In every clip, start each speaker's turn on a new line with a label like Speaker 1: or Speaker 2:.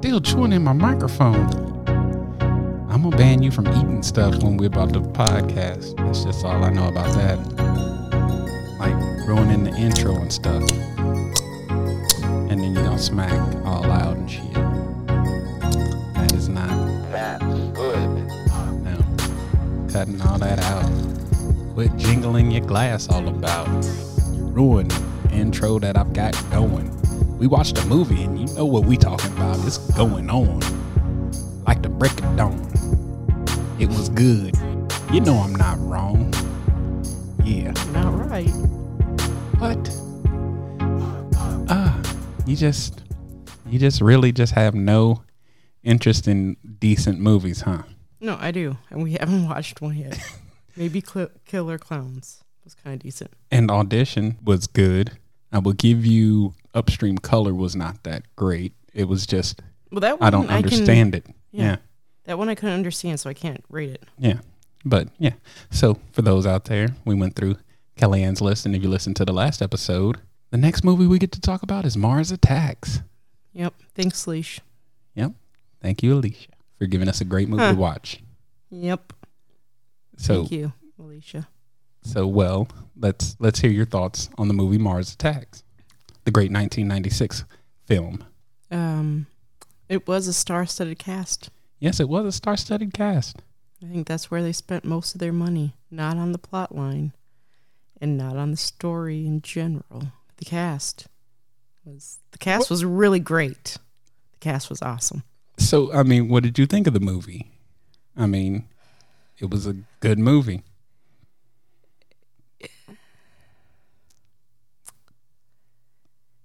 Speaker 1: Still chewing in my microphone. I'm gonna ban you from eating stuff when we're about to podcast. That's just all I know about that. Like ruining the intro and stuff. And then you don't smack all loud and shit. That is not
Speaker 2: That's good.
Speaker 1: no. Cutting all that out. Quit jingling your glass all about. Ruin the intro that I've got going. We watched a movie and you know what we talking about. It's going on. Like the break of dawn. It was good. You know I'm not wrong. Yeah.
Speaker 3: Not right.
Speaker 1: What? Ah, you just you just really just have no interest in decent movies, huh?
Speaker 3: No, I do, and we haven't watched one yet. Maybe Cl- Killer Clowns was kind of decent.
Speaker 1: and audition was good. I will give you upstream color was not that great. It was just
Speaker 3: Well, that one
Speaker 1: I don't
Speaker 3: can-
Speaker 1: understand it.
Speaker 3: yeah.
Speaker 1: Yeah.
Speaker 3: that one I couldn't understand, so I can't rate it.
Speaker 1: Yeah. But yeah. So for those out there, we went through Kellyanne's list and if you listen to the last episode, the next movie we get to talk about is Mars Attacks.
Speaker 3: Yep. Thanks, Leash.
Speaker 1: Yep. Thank you, Alicia, for giving us a great movie
Speaker 3: Huh.
Speaker 1: to watch.
Speaker 3: Yep.
Speaker 1: So
Speaker 3: Thank you, Alicia.
Speaker 1: so well, let's let's hear your thoughts on the movie Mars Attacks. The great 1996 film.
Speaker 3: Um, it was a star-studded cast.
Speaker 1: Yes, it was a star-studded cast.
Speaker 3: I think that's where they spent most of their money, not on the plot line, and not on the story in general. The cast was the cast was really great. The cast was awesome.
Speaker 1: So, I mean, what did you think of the movie? I mean, it was a good movie.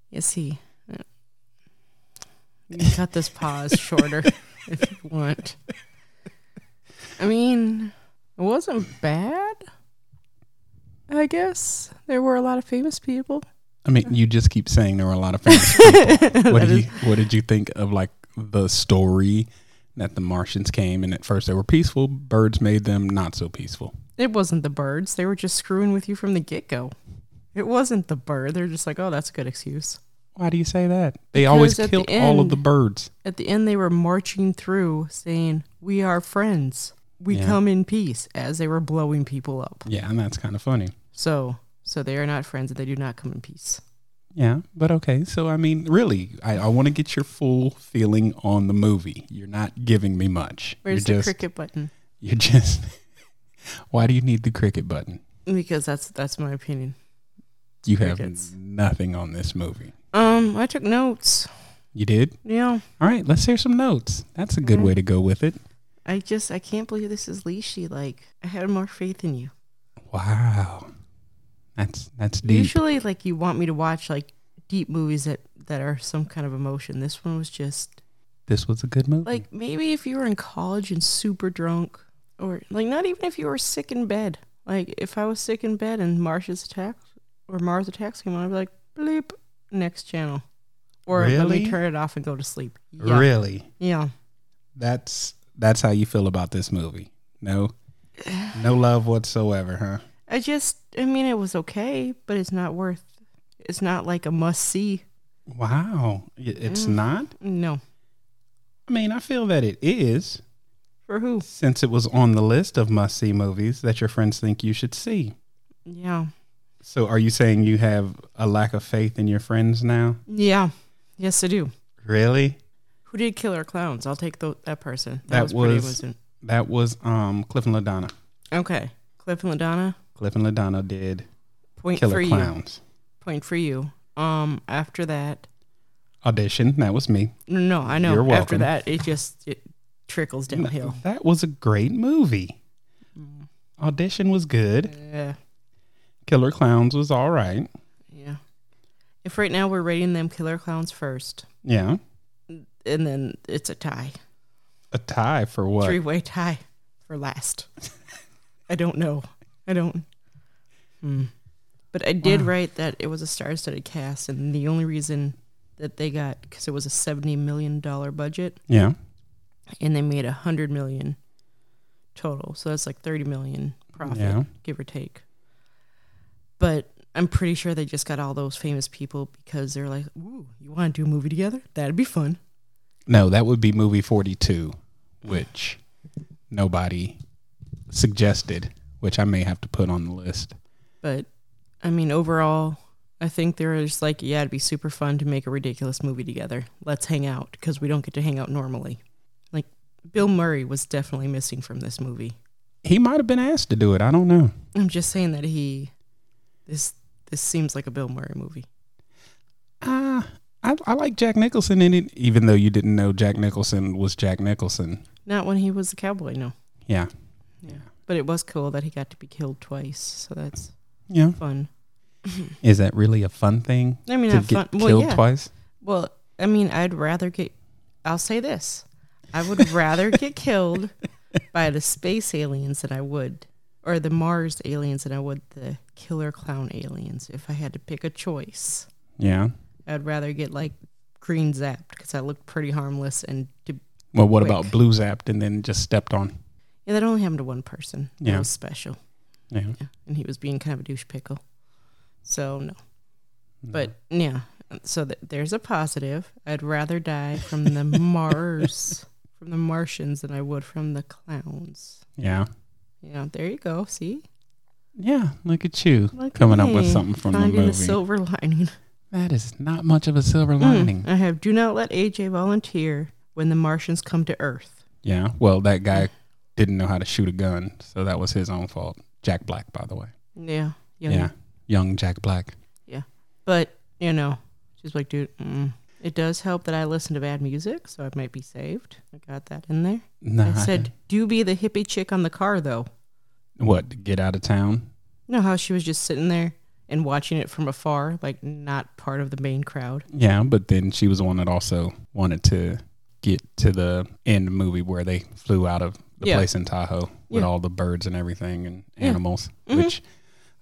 Speaker 3: Yes, he. uh, You can cut this pause shorter if you want. I mean, it wasn't bad. I guess there were a lot of famous people.
Speaker 1: I mean, you just keep saying there were a lot of famous people. what, did you, what did you think of like the story that the Martians came and at first they were peaceful, birds made them not so peaceful.
Speaker 3: It wasn't the birds. They were just screwing with you from the get go. It wasn't the bird. They're just like, oh, that's a good excuse.
Speaker 1: Why do you say that? They always
Speaker 3: Because at
Speaker 1: kill
Speaker 3: the
Speaker 1: all of
Speaker 3: end-
Speaker 1: the birds.
Speaker 3: At the end, they were marching through saying, We are friends. We
Speaker 1: Yeah.
Speaker 3: come in peace as they were blowing people up.
Speaker 1: Yeah, and that's kind of funny.
Speaker 3: So, so they are not friends and they do not come in peace.
Speaker 1: Yeah, but okay. So, I mean, really, I, I want to get your full feeling on the movie. You're not giving me much.
Speaker 3: Where's
Speaker 1: you're
Speaker 3: the
Speaker 1: just,
Speaker 3: cricket button?
Speaker 1: You're just. why do you need the cricket button?
Speaker 3: Because that's that's my opinion.
Speaker 1: You have
Speaker 3: Crickets.
Speaker 1: nothing on this movie.
Speaker 3: Um, I took notes.
Speaker 1: You did?
Speaker 3: Yeah,
Speaker 1: All right, let's hear some notes. That's a good
Speaker 3: Mm-hmm.
Speaker 1: way to go with it.
Speaker 3: I just I can't believe this is Leashy. Like I had more faith in you.
Speaker 1: Wow. That's that's deep.
Speaker 3: Usually, like you want me to watch like deep movies that that are some kind of emotion. This one was just
Speaker 1: This was a good movie.
Speaker 3: like maybe if you were in college and super drunk, or like not even if you were sick in bed. Like if I was sick in bed and Marsha's attack or Mars attacks came on, I'd be like bleep next channel, or let
Speaker 1: Really?
Speaker 3: me turn it off and go to sleep. Yeah,
Speaker 1: really?
Speaker 3: yeah.
Speaker 1: That's that's how you feel about this movie. No. No love whatsoever, huh?
Speaker 3: I just, I mean, it was okay, but it's not worth. It's not like a must see.
Speaker 1: Wow. I- It's
Speaker 3: Mm.
Speaker 1: not?
Speaker 3: No,
Speaker 1: I mean, I feel that it is
Speaker 3: for who?
Speaker 1: since it was on the list of must-see movies that your friends think you should see.
Speaker 3: Yeah,
Speaker 1: So are you saying you have a lack of faith in your friends now?
Speaker 3: yeah, yes, I do.
Speaker 1: Really?
Speaker 3: Who did Killer Clowns? I'll take tho- that person. That,
Speaker 1: That
Speaker 3: was pretty
Speaker 1: was-
Speaker 3: innocent.
Speaker 1: That was um Cliff and LaDonna.
Speaker 3: Okay, Cliff and Ladonna.
Speaker 1: Cliff and LaDonna did
Speaker 3: Point
Speaker 1: Killer
Speaker 3: for you.
Speaker 1: Clowns.
Speaker 3: Point for you. Um, after that,
Speaker 1: Audition. That was me.
Speaker 3: no, no, I know.
Speaker 1: You're welcome.
Speaker 3: After that, it just it trickles downhill.
Speaker 1: That was a great movie.
Speaker 3: Mm.
Speaker 1: Audition was good.
Speaker 3: Yeah,
Speaker 1: Killer Clowns was all right.
Speaker 3: yeah. If right now we're rating them Killer Clowns first,
Speaker 1: Yeah.
Speaker 3: and then it's a tie.
Speaker 1: A tie for what?
Speaker 3: three way tie for last. I don't know. I don't. Hmm. But I did write that it was a star studded cast, and the only reason that they got because it was a seventy million dollar budget,
Speaker 1: Yeah.
Speaker 3: and they made a hundred million total, so that's like thirty million profit,
Speaker 1: Yeah.
Speaker 3: give or take. But I'm pretty sure they just got all those famous people because they're like, "Ooh, you want to do a movie together? That'd be fun."
Speaker 1: No, that would be movie 42, which nobody suggested, which I may have to put on the list.
Speaker 3: But I mean, overall, I think they're just like, yeah, it'd be super fun to make a ridiculous movie together. Let's hang out because we don't get to hang out normally. Like Bill Murray was definitely missing from this movie.
Speaker 1: He might have been asked to do it. I don't know.
Speaker 3: I'm just saying that he this this seems like a Bill Murray movie.
Speaker 1: Uh, I, I like Jack Nicholson in it, even though you didn't know Jack Nicholson was Jack Nicholson.
Speaker 3: Not when he was a cowboy, no.
Speaker 1: Yeah.
Speaker 3: Yeah. But it was cool that he got to be killed twice, so that's
Speaker 1: Yeah.
Speaker 3: fun.
Speaker 1: Is that really a fun thing
Speaker 3: I mean,
Speaker 1: to
Speaker 3: not fun.
Speaker 1: get
Speaker 3: Well,
Speaker 1: killed
Speaker 3: yeah.
Speaker 1: twice?
Speaker 3: Well, I mean, I'd rather get. I'll say this: I would rather get killed by the space aliens than I would, or the Mars aliens than I would the killer clown aliens. If I had to pick a choice,
Speaker 1: Yeah.
Speaker 3: I'd rather get like green zapped because I looked pretty harmless, and to,
Speaker 1: Well, what
Speaker 3: Quick.
Speaker 1: about blue zapped and then just stepped on?
Speaker 3: yeah, that only happened to one person.
Speaker 1: Yeah.
Speaker 3: that was special,
Speaker 1: Yeah.
Speaker 3: and he was being kind of a douche pickle. So no, but yeah. So th- there's a positive. I'd rather die from the Mars, from the Martians, than I would from the clowns.
Speaker 1: Yeah.
Speaker 3: Yeah, there you go. See,
Speaker 1: Yeah. Look at you
Speaker 3: Look at
Speaker 1: coming up with
Speaker 3: me,
Speaker 1: something from the
Speaker 3: finding
Speaker 1: movie.
Speaker 3: a silver lining.
Speaker 1: that is not much of a
Speaker 3: Mm.
Speaker 1: silver lining.
Speaker 3: I have. Do not let AJ volunteer when the Martians come to Earth.
Speaker 1: Yeah. Well, that guy didn't know how to shoot a gun, so that was his own fault. Jack Black, by the way.
Speaker 3: Yeah, yeah,
Speaker 1: Yeah. Young Jack Black.
Speaker 3: But you know, she's like, dude. Mm. It does help that I listen to bad music, so I might be saved. I got that in there.
Speaker 1: No.
Speaker 3: I said, do be the hippie chick on the car though.
Speaker 1: what? to Get out of town?
Speaker 3: You know how she was just sitting there and watching it from afar, like not part of the main crowd.
Speaker 1: Yeah, but then she was the one that also wanted to get to the end of the movie where they flew out of the
Speaker 3: Yeah.
Speaker 1: place in Tahoe with
Speaker 3: Yeah. Mm-hmm.
Speaker 1: all the birds and everything and animals, which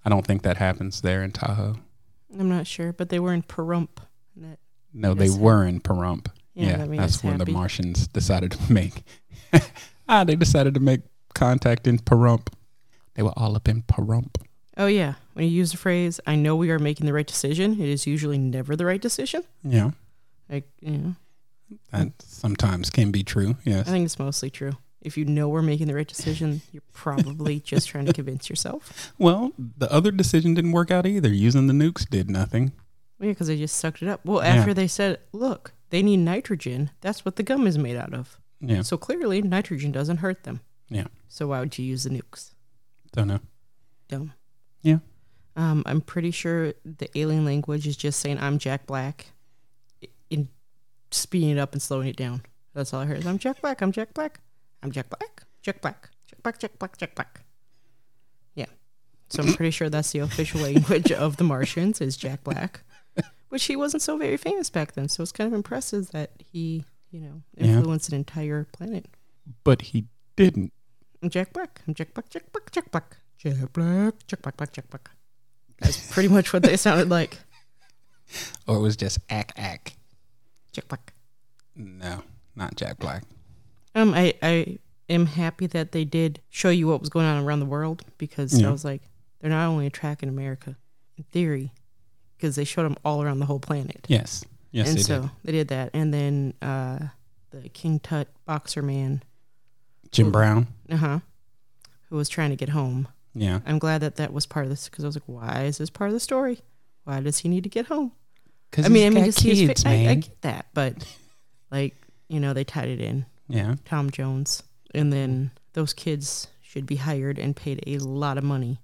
Speaker 1: I don't think that happens there in Tahoe.
Speaker 3: I'm not sure, but they were in Pahrump. And that,
Speaker 1: No, they
Speaker 3: Yes.
Speaker 1: were in Pahrump.
Speaker 3: yeah,
Speaker 1: Yeah,
Speaker 3: that made
Speaker 1: that's
Speaker 3: us
Speaker 1: where
Speaker 3: happy.
Speaker 1: the Martians decided to make. ah, they decided to make contact in Pahrump. They were all up in Pahrump.
Speaker 3: oh yeah, when you use the phrase "I know we are making the right decision," it is usually never the right decision.
Speaker 1: Yeah,
Speaker 3: Like, you know,
Speaker 1: that sometimes can be true.
Speaker 3: I
Speaker 1: Yes,
Speaker 3: think it's mostly true. If you know we're making the right decision, you're probably just trying to convince yourself.
Speaker 1: Well, the other decision didn't work out either. Using the nukes did nothing.
Speaker 3: Yeah, because they just sucked it up. Well,
Speaker 1: Yeah.
Speaker 3: after they said, "Look, they need nitrogen. That's what the gum is made out of."
Speaker 1: Yeah,
Speaker 3: So clearly, nitrogen doesn't hurt them.
Speaker 1: Yeah.
Speaker 3: So why would you use the nukes?
Speaker 1: don't know.
Speaker 3: dumb.
Speaker 1: Yeah.
Speaker 3: Um, I'm pretty sure the alien language is just saying "I'm Jack Black," i- in speeding it up and slowing it down. That's all I heard. Is, I'm Jack Black. I'm Jack Black. I'm Jack Black. Jack Black. Jack Black. Jack Black. Jack Black. Yeah. So I'm pretty sure that's the official language of the Martians is Jack Black, which he wasn't so very famous back then. So it's kind of impressive that he, you know,
Speaker 1: Yeah.
Speaker 3: influenced an entire planet.
Speaker 1: But he didn't.
Speaker 3: I'm Jack Black. I'm Jack Black. Jack Black. Jack Black. Jack Black. Jack Black. Black. Jack Black. That's pretty much what they sounded like.
Speaker 1: Or it was just Ack Ack.
Speaker 3: Jack Black.
Speaker 1: No, not Jack Black.
Speaker 3: Um, I I am happy that they did show you what was going on around the world because
Speaker 1: Yeah.
Speaker 3: I was like, they're not only attacking America, in theory, because they showed them all around the whole planet.
Speaker 1: Yes. Yes,
Speaker 3: and
Speaker 1: they
Speaker 3: so
Speaker 1: did.
Speaker 3: they did that, and then uh, the King Tut boxer man,
Speaker 1: Jim Brown.
Speaker 3: uh huh, who was trying to get home.
Speaker 1: Yeah.
Speaker 3: I'm glad that that was part of this because I was like, why is this part of the story? Why does he need to get home?
Speaker 1: Because
Speaker 3: I mean, I
Speaker 1: he's
Speaker 3: mean,
Speaker 1: got
Speaker 3: to see his
Speaker 1: kids,
Speaker 3: fa- I, I
Speaker 1: man.
Speaker 3: get that, but like you know, they tied it in
Speaker 1: yeah.
Speaker 3: Tom Jones, and then those kids should be hired and paid a lot of money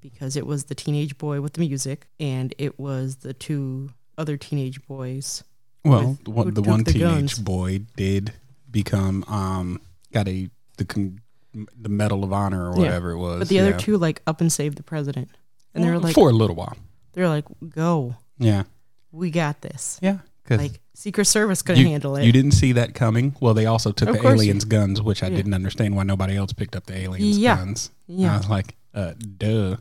Speaker 3: because it was the teenage boy with the music, and it was the two other teenage boys.
Speaker 1: Well,
Speaker 3: with-
Speaker 1: the one,
Speaker 3: who
Speaker 1: the
Speaker 3: took
Speaker 1: one
Speaker 3: the
Speaker 1: teenage
Speaker 3: guns.
Speaker 1: boy did become um got a the con- the Medal of Honor or
Speaker 3: Yeah.
Speaker 1: whatever it was.
Speaker 3: But the other
Speaker 1: yeah.
Speaker 3: two like up and saved the president, and they were
Speaker 1: Well,
Speaker 3: like,
Speaker 1: for a little while.
Speaker 3: they're like, go,
Speaker 1: Yeah.
Speaker 3: we got this.
Speaker 1: Yeah. Because
Speaker 3: Like Secret Service couldn't
Speaker 1: you,
Speaker 3: handle it.
Speaker 1: you didn't see that coming. Well, they also took
Speaker 3: Of
Speaker 1: the
Speaker 3: course you-
Speaker 1: aliens' guns, which I
Speaker 3: Yeah.
Speaker 1: didn't understand why nobody else picked up the aliens'
Speaker 3: Yeah.
Speaker 1: guns.
Speaker 3: yeah.
Speaker 1: I was like, uh, duh.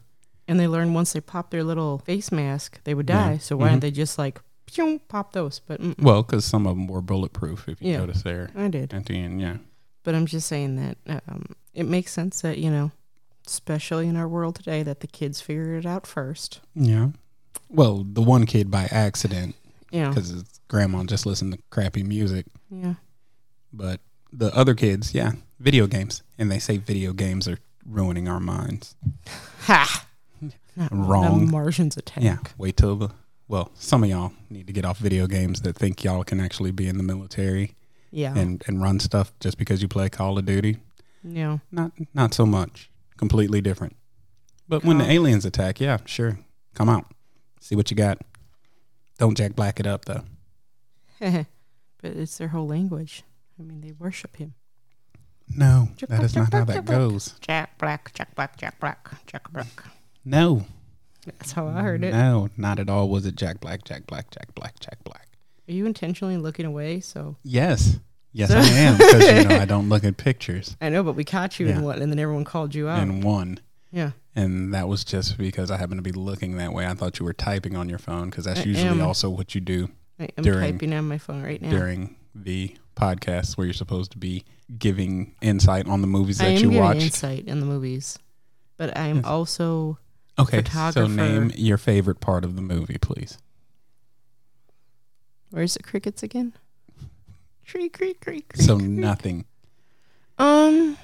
Speaker 3: And they learned once they popped their little face mask, they would die. So why
Speaker 1: Mm-hmm.
Speaker 3: didn't they just like pew, pop those? But mm,
Speaker 1: Well, because some of them were bulletproof, if you
Speaker 3: Yeah.
Speaker 1: notice there
Speaker 3: I did.
Speaker 1: at the end. Yeah.
Speaker 3: But I'm just saying that um, it makes sense that you know, especially in our world today, that the kids figure it out first.
Speaker 1: Yeah. Well, the one kid by accident
Speaker 3: You know,
Speaker 1: because his grandma just listened to crappy music.
Speaker 3: yeah.
Speaker 1: But the other kids, yeah, video games. And they say video games are ruining our minds.
Speaker 3: Ha! Not
Speaker 1: Wrong.
Speaker 3: The Martians attack.
Speaker 1: Yeah. Wait till the well, some of y'all need to get off video games that think y'all can actually be in the military
Speaker 3: Yeah.
Speaker 1: and, and run stuff just because you play Call of Duty.
Speaker 3: yeah.
Speaker 1: Not not so much. Completely different. But when the aliens attack, yeah, sure. Come out. See what you got. Don't Jack Black it up though.
Speaker 3: but it's their whole language. I mean, they worship him.
Speaker 1: No, that is not how that goes.
Speaker 3: Jack Black, Jack Black, Jack Black, Jack Black.
Speaker 1: No.
Speaker 3: That's how Oh, I heard it.
Speaker 1: No, not at all. Was it Jack Black, Jack Black, Jack Black, Jack Black?
Speaker 3: Are you intentionally looking away? So
Speaker 1: Yes. Yes, I am. Because, you know, I don't look at pictures
Speaker 3: I know, but we caught you
Speaker 1: Yeah.
Speaker 3: in one, and then everyone called you out.
Speaker 1: and one.
Speaker 3: Oh. yeah.
Speaker 1: And that was just because I happened to be looking that way. I thought you were typing on your phone because that's
Speaker 3: I
Speaker 1: usually
Speaker 3: am.
Speaker 1: also what you do
Speaker 3: I am
Speaker 1: During-
Speaker 3: typing on my phone right now.
Speaker 1: during the podcast where you're supposed to be giving insight on the movies
Speaker 3: I
Speaker 1: that
Speaker 3: am
Speaker 1: you
Speaker 3: giving
Speaker 1: watched.
Speaker 3: insight in the movies, but I am also
Speaker 1: Okay, so
Speaker 3: photographer.
Speaker 1: name your favorite part of the movie, please.
Speaker 3: where's the crickets again? Creak, creak, creak, creak.
Speaker 1: So
Speaker 3: creak.
Speaker 1: nothing.
Speaker 3: Um,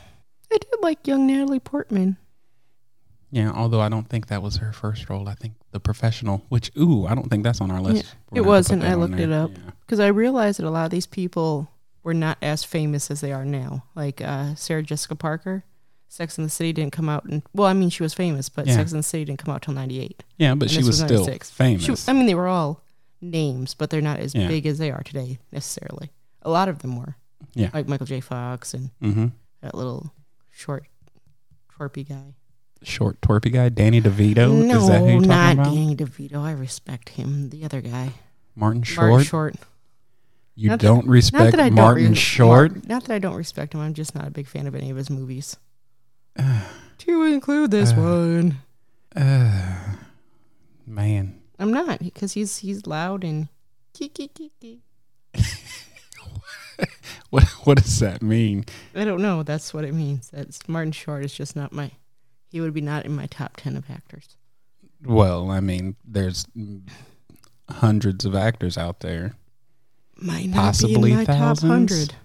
Speaker 3: I did like young Natalie Portman.
Speaker 1: Yeah, although I don't think that was her first role. I think The Professional, which ooh, I don't think that's on our list. We're gonna have
Speaker 3: it
Speaker 1: to
Speaker 3: wasn't.
Speaker 1: put that
Speaker 3: I
Speaker 1: on
Speaker 3: looked
Speaker 1: there.
Speaker 3: it up.
Speaker 1: Yeah.
Speaker 3: because I realized that a lot of these people were not as famous as they are now. Like uh, Sarah Jessica Parker, Sex in the City didn't come out, and well, I mean she was famous, but
Speaker 1: Yeah.
Speaker 3: Sex in the City didn't come out till '98.
Speaker 1: Yeah, but
Speaker 3: And
Speaker 1: she
Speaker 3: this
Speaker 1: was,
Speaker 3: was
Speaker 1: still
Speaker 3: 96.
Speaker 1: famous.
Speaker 3: She, I mean, they were all names, but they're not as
Speaker 1: Yeah.
Speaker 3: big as they are today necessarily. A lot of them were,
Speaker 1: Yeah.
Speaker 3: like Michael J. Fox and
Speaker 1: mm-hmm.
Speaker 3: that little short, twerpy guy.
Speaker 1: Short, twerpy guy, Danny DeVito.
Speaker 3: no,
Speaker 1: is that who you're talking
Speaker 3: not
Speaker 1: about?
Speaker 3: Danny DeVito. I respect him. The other guy,
Speaker 1: Martin Short.
Speaker 3: Martin Short.
Speaker 1: You
Speaker 3: Not that-
Speaker 1: don't
Speaker 3: Not
Speaker 1: respect
Speaker 3: that I don't
Speaker 1: Martin
Speaker 3: re-
Speaker 1: Short.
Speaker 3: Mar- not that I don't respect him. I'm just not a big fan of any of his movies. to include this
Speaker 1: Uh.
Speaker 3: one,
Speaker 1: Uh, man,
Speaker 3: I'm not because he's he's loud and geek, geek, geek, geek.
Speaker 1: what what does that mean?
Speaker 3: I don't know. That's what it means. That's Martin Short is just not my. He would be not in my top ten of actors.
Speaker 1: Well, I mean, there's mm, hundreds of actors out there.
Speaker 3: Might not
Speaker 1: Possibly
Speaker 3: be in my top
Speaker 1: thousands?
Speaker 3: hundred.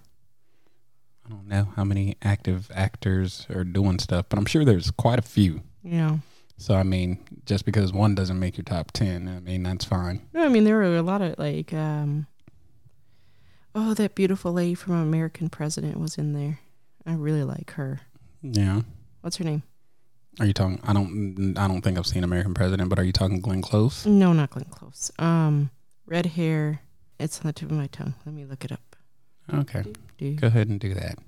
Speaker 1: I don't know how many active actors are doing stuff, but I'm sure there's quite a few.
Speaker 3: You know.
Speaker 1: So I mean, just because one doesn't make your top ten, I mean that's fine.
Speaker 3: No, I mean there were a lot of like. um Oh, that beautiful lady from American President was in there. I really like her.
Speaker 1: Yeah.
Speaker 3: What's her name?
Speaker 1: Are you talking? I don't. I don't think I've seen American President, but are you talking Glenn Close?
Speaker 3: No, not Glenn Close. Um, red hair. It's on the tip of my tongue. Let me look it up.
Speaker 1: Okay,
Speaker 3: Do
Speaker 1: go ahead and do that.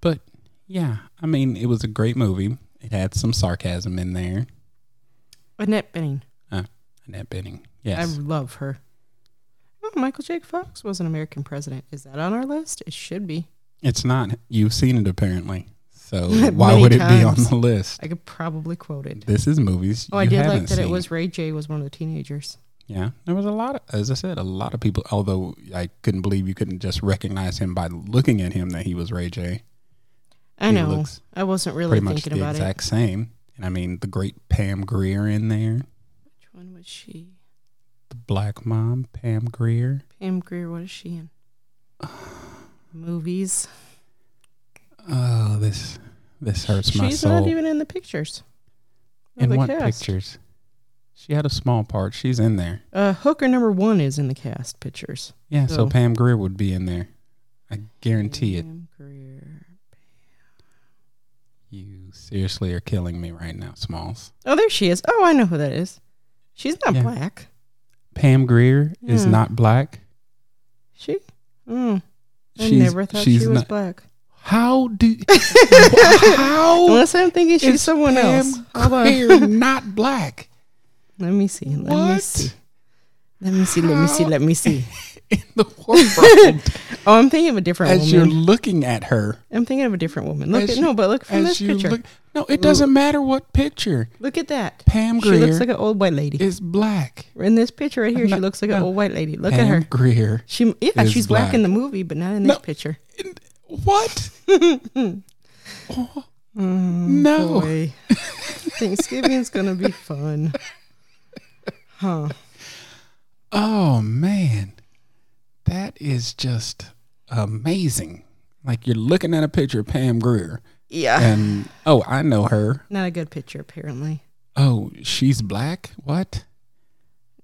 Speaker 1: But yeah, I mean, it was a great movie. It had some sarcasm in there.
Speaker 3: Annette Bening.
Speaker 1: Annette Benning. Yes.
Speaker 3: I love her. Oh, Michael J. Fox was an American president. Is that on our list? It should be.
Speaker 1: it's not. You've seen it apparently. So why would it be on
Speaker 3: times.
Speaker 1: the list?
Speaker 3: I could probably quote it.
Speaker 1: This is movies.
Speaker 3: Oh, I
Speaker 1: you
Speaker 3: did
Speaker 1: haven't
Speaker 3: like that. It
Speaker 1: seen.
Speaker 3: was Ray J. was one of the teenagers.
Speaker 1: Yeah, there was a lot of, as I said, a lot of people. Although I couldn't believe you couldn't just recognize him by looking at him that he was Ray J.
Speaker 3: I
Speaker 1: He
Speaker 3: know.
Speaker 1: looks
Speaker 3: I wasn't really
Speaker 1: Pretty much
Speaker 3: thinking
Speaker 1: the
Speaker 3: about
Speaker 1: exact same. And I mean, the great Pam Greer in there,
Speaker 3: it. Which one was she?
Speaker 1: the black mom, Pam Greer.
Speaker 3: Pam Greer. What is she in? Movies.
Speaker 1: Oh, this this hurts
Speaker 3: She's
Speaker 1: my soul.
Speaker 3: not even in the pictures. of
Speaker 1: in
Speaker 3: the
Speaker 1: what
Speaker 3: cast.
Speaker 1: pictures? She had a small part. She's in there.
Speaker 3: Uh, Hooker number one is in the cast pictures.
Speaker 1: Yeah, so,
Speaker 3: So- Mm.
Speaker 1: Pam Greer would be in there. I guarantee it.
Speaker 3: Pam Grier.
Speaker 1: You seriously are killing me right now, Smalls.
Speaker 3: Oh, there she is. Oh, I know who that is. She's not
Speaker 1: Yeah.
Speaker 3: black.
Speaker 1: Pam Greer is
Speaker 3: Yeah.
Speaker 1: not black.
Speaker 3: She? Mm. I
Speaker 1: She's-
Speaker 3: never thought she
Speaker 1: she's
Speaker 3: was
Speaker 1: not-
Speaker 3: black.
Speaker 1: How do how
Speaker 3: Unless I'm thinking she's
Speaker 1: is
Speaker 3: someone
Speaker 1: Oh, Pam
Speaker 3: else. Hold on.
Speaker 1: Greer not black?
Speaker 3: Let me see. Let me
Speaker 1: What?
Speaker 3: see. Let me see. Let me see.
Speaker 1: How?
Speaker 3: Let me see.
Speaker 1: In the world,
Speaker 3: Oh, I'm thinking of a different
Speaker 1: as you're
Speaker 3: woman.
Speaker 1: looking at her,
Speaker 3: I'm thinking of a different woman. Look
Speaker 1: as
Speaker 3: at
Speaker 1: you-
Speaker 3: no, but look from
Speaker 1: as
Speaker 3: this
Speaker 1: you
Speaker 3: picture.
Speaker 1: look, no, it doesn't matter what picture.
Speaker 3: look at that.
Speaker 1: Pam
Speaker 3: She
Speaker 1: Greer
Speaker 3: looks like an old white lady.
Speaker 1: is black.
Speaker 3: in this picture right here, she
Speaker 1: No,
Speaker 3: looks like an
Speaker 1: no.
Speaker 3: old white lady. Look
Speaker 1: Pam
Speaker 3: at her.
Speaker 1: Greer.
Speaker 3: She yeah,
Speaker 1: is
Speaker 3: she's black. in the
Speaker 1: black.
Speaker 3: movie, but not in this
Speaker 1: No.
Speaker 3: picture.
Speaker 1: What? Oh, no.
Speaker 3: Boy. Thanksgiving's gonna be fun. Huh.
Speaker 1: Oh man, that is just amazing. Like you're looking at a picture of Pam Greer,
Speaker 3: Yeah.
Speaker 1: and oh, I know her.
Speaker 3: Not a good picture, apparently.
Speaker 1: Oh, she's black. What?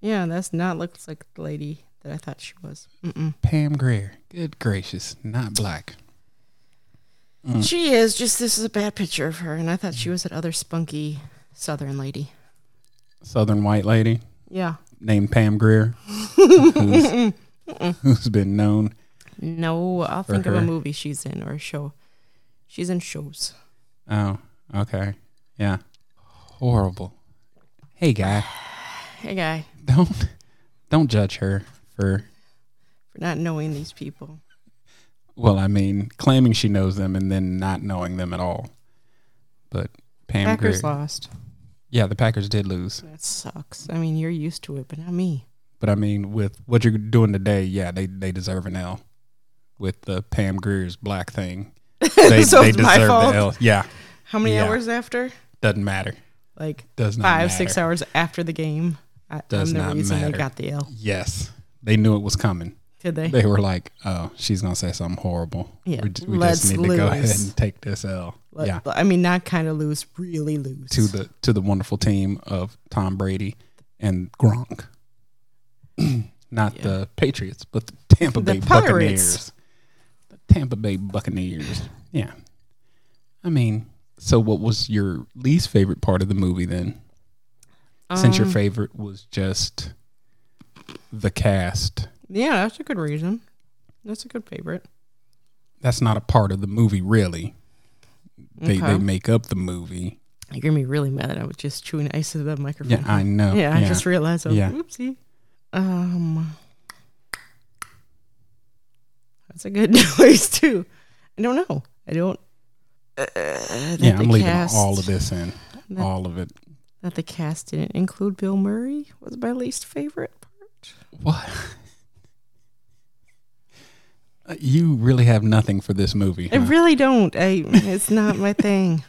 Speaker 3: Yeah, that's not looks like the lady that I thought she was. Mm-mm.
Speaker 1: Pam Greer. Good gracious, not black. Mm.
Speaker 3: She is. Just this is a bad picture of her, and I thought she was that other spunky Southern lady.
Speaker 1: Southern white lady
Speaker 3: Yeah.
Speaker 1: named Pam Greer, who's, who's been known.
Speaker 3: No, I'll think of
Speaker 1: her.
Speaker 3: a movie she's in or a show. She's in shows.
Speaker 1: Oh, okay, yeah, horrible. Hey, guy,
Speaker 3: Hey, guy,
Speaker 1: don't don't judge her for.
Speaker 3: for not knowing these people.
Speaker 1: Well, I mean, claiming she knows them and then not knowing them at all. But Pam
Speaker 3: Packers
Speaker 1: Greer,
Speaker 3: lost.
Speaker 1: yeah, the Packers did lose.
Speaker 3: That sucks. I mean, you're used to it, but not me.
Speaker 1: But I mean, with what you're doing today, yeah, they they deserve an L. With the Pam Greer's black thing, they,
Speaker 3: So it's my fault?
Speaker 1: L. Yeah,
Speaker 3: How many
Speaker 1: Yeah.
Speaker 3: hours after?
Speaker 1: doesn't matter.
Speaker 3: Like
Speaker 1: Does not
Speaker 3: five,
Speaker 1: matter.
Speaker 3: six hours after the game. I,
Speaker 1: Does
Speaker 3: I'm the
Speaker 1: not
Speaker 3: reason
Speaker 1: matter.
Speaker 3: they got the L.
Speaker 1: Yes, they knew it was coming.
Speaker 3: Did they?
Speaker 1: They were like, "Oh, she's gonna say something horrible.
Speaker 3: Yeah,
Speaker 1: we, ju- we
Speaker 3: let's
Speaker 1: just need to go ahead
Speaker 3: lose.
Speaker 1: and take this L."
Speaker 3: Like,
Speaker 1: yeah,
Speaker 3: I mean, not kind of lose, really lose.
Speaker 1: to the to the wonderful team of Tom Brady and Gronk. Not
Speaker 3: Yeah.
Speaker 1: the Patriots, but the Tampa
Speaker 3: The
Speaker 1: Bay
Speaker 3: Pirates.
Speaker 1: Buccaneers. The Tampa Bay Buccaneers. Yeah. I mean, so what was your least favorite part of the movie then? Since your
Speaker 3: Um,
Speaker 1: favorite was just the cast.
Speaker 3: Yeah, that's a good reason. That's a good favorite.
Speaker 1: That's not a part of the movie really. They
Speaker 3: Okay.
Speaker 1: they make up the movie.
Speaker 3: You're gonna be really mad. I was just chewing ice into the microphone.
Speaker 1: Yeah, I know.
Speaker 3: Yeah, I just realized. I was,
Speaker 1: Yeah.
Speaker 3: Oopsie. Um, that's a good noise too. I don't know. I don't. Uh, that
Speaker 1: yeah, I'm
Speaker 3: the
Speaker 1: leaving
Speaker 3: cast-
Speaker 1: all of this in.
Speaker 3: that-
Speaker 1: All of it.
Speaker 3: That the cast didn't include Bill Murray was my least favorite part.
Speaker 1: What? Uh, You really have nothing for this movie.
Speaker 3: I
Speaker 1: huh?
Speaker 3: really don't. I it's not my thing.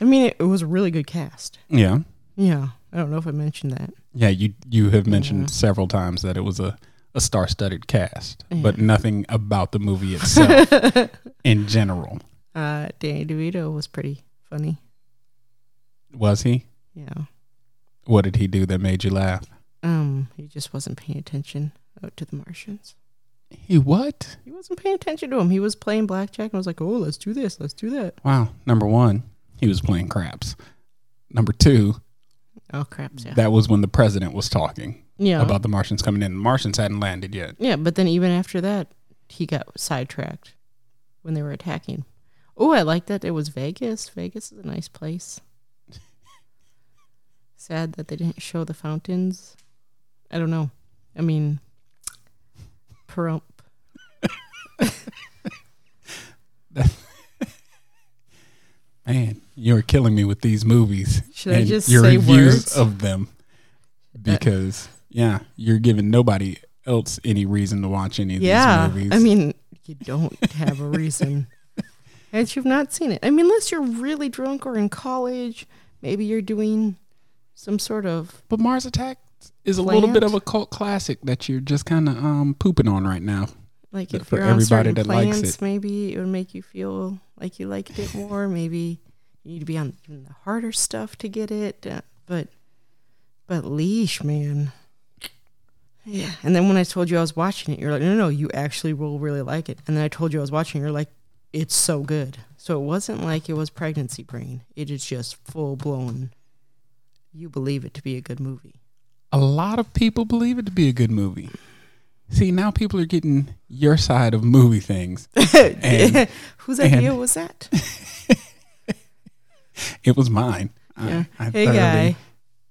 Speaker 3: I mean, it, it was a really good cast.
Speaker 1: yeah,
Speaker 3: Yeah, I don't know if I mentioned that.
Speaker 1: yeah. You you have mentioned several times that it was a a star-studded cast, but nothing about the movie itself in general.
Speaker 3: Uh, Danny DeVito was pretty funny.
Speaker 1: Was he?
Speaker 3: Yeah.
Speaker 1: What did he do that made you laugh?
Speaker 3: Um, he just wasn't paying attention out to the Martians.
Speaker 1: He what?
Speaker 3: He wasn't paying attention to him. He was playing blackjack and was like, "Oh, let's do this, let's do that."
Speaker 1: Wow. Number one, he was playing craps. Number two,
Speaker 3: Oh crap! Yeah.
Speaker 1: that was when the president was talking
Speaker 3: yeah.
Speaker 1: about the Martians coming in. The Martians hadn't landed yet.
Speaker 3: yeah, but then even after that, he got sidetracked when they were attacking. Oh, I like that it was Vegas. Vegas is a nice place. Sad that they didn't show the fountains. I don't know. I mean, perump.
Speaker 1: Man, you're killing me with these movies.
Speaker 3: Should I just
Speaker 1: your
Speaker 3: say
Speaker 1: reviews
Speaker 3: words? Uh,
Speaker 1: of them? Because yeah, you're giving nobody else any reason to watch any of
Speaker 3: Yeah,
Speaker 1: these movies.
Speaker 3: I mean, you don't have a reason, and you've not seen it. I mean, unless you're really drunk or in college, maybe you're doing some sort of
Speaker 1: but Mars Attack is a little bit
Speaker 3: Plant?
Speaker 1: of a cult classic that you're just kind of um pooping on right now.
Speaker 3: like
Speaker 1: But
Speaker 3: if
Speaker 1: for
Speaker 3: you're on
Speaker 1: everybody
Speaker 3: certain
Speaker 1: that likes
Speaker 3: plans,
Speaker 1: it.
Speaker 3: maybe it would make you feel like you liked it more. maybe you need to be on doing the harder stuff to get it. Uh, but but leash, man. Yeah, and then when I told you I was watching it, you're like, no, no, no, you actually will really like it. And then I told you I was watching, you're like, it's so good. So it wasn't like it was pregnancy brain. It is just full blown. You believe it to be a good movie.
Speaker 1: A lot of people believe it to be a good movie. See, now people are getting your side of movie things. And
Speaker 3: Whose idea
Speaker 1: and-
Speaker 3: was that?
Speaker 1: it was mine.
Speaker 3: Yeah.
Speaker 1: I, I
Speaker 3: hey,
Speaker 1: thoroughly
Speaker 3: guy.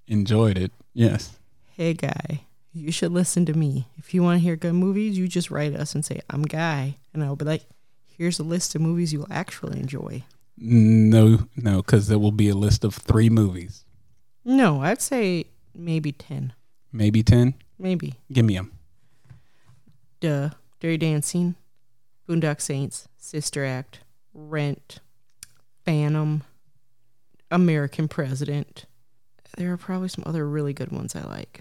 Speaker 1: enjoyed it. Yes.
Speaker 3: hey guy you should listen to me if you want to hear good movies you just write us and say i'm guy and i'll be like here's a list of movies you'll actually enjoy
Speaker 1: No, no, because there will be a list of three movies,
Speaker 3: no i'd say maybe 10
Speaker 1: maybe ten.
Speaker 3: maybe
Speaker 1: Give me them.
Speaker 3: duh dirty dancing boondock saints sister act rent phantom american president there are probably some other really good ones i like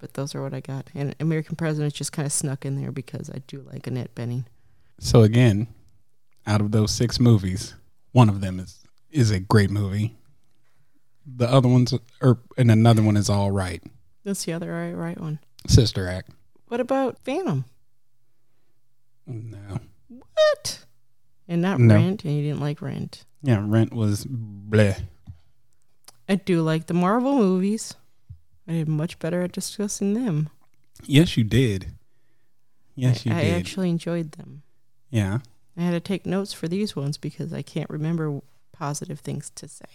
Speaker 3: But those are what I got. And American Presidents just kind of snuck in there because I do like Annette Benning.
Speaker 1: So again, out of those six movies, one of them is is a great movie. The other ones, or and another one is all right.
Speaker 3: That's the other right, right one.
Speaker 1: Sister Act.
Speaker 3: What about Phantom?
Speaker 1: No.
Speaker 3: What? And not
Speaker 1: No.
Speaker 3: Rent, and you didn't like Rent.
Speaker 1: Yeah, Rent was bleh.
Speaker 3: I do like the Marvel movies. I did much better at discussing them.
Speaker 1: Yes, you did. Yes, you
Speaker 3: I
Speaker 1: did.
Speaker 3: actually enjoyed them.
Speaker 1: yeah.
Speaker 3: I had to take notes for these ones because I can't remember positive things to say.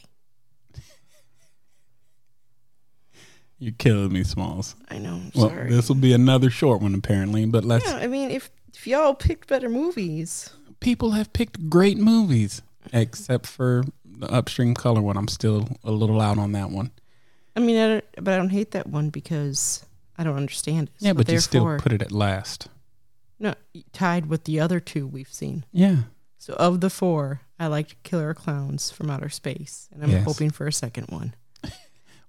Speaker 1: You're killing me, Smalls.
Speaker 3: I know. I'm
Speaker 1: Well,
Speaker 3: sorry.
Speaker 1: this will be another short one apparently, but let's
Speaker 3: yeah, I mean, if if y'all picked better movies,
Speaker 1: people have picked great movies except for the upstream color one. I'm still a little out on that one.
Speaker 3: I mean, I don't, but I don't hate that one because I don't understand it.
Speaker 1: Yeah,
Speaker 3: So
Speaker 1: but you still
Speaker 3: therefore-
Speaker 1: put it at last.
Speaker 3: no tied with the other two we've seen.
Speaker 1: Yeah.
Speaker 3: So of the four, I liked Killer Clowns from Outer Space, and I'm
Speaker 1: Yes.
Speaker 3: hoping for a second one.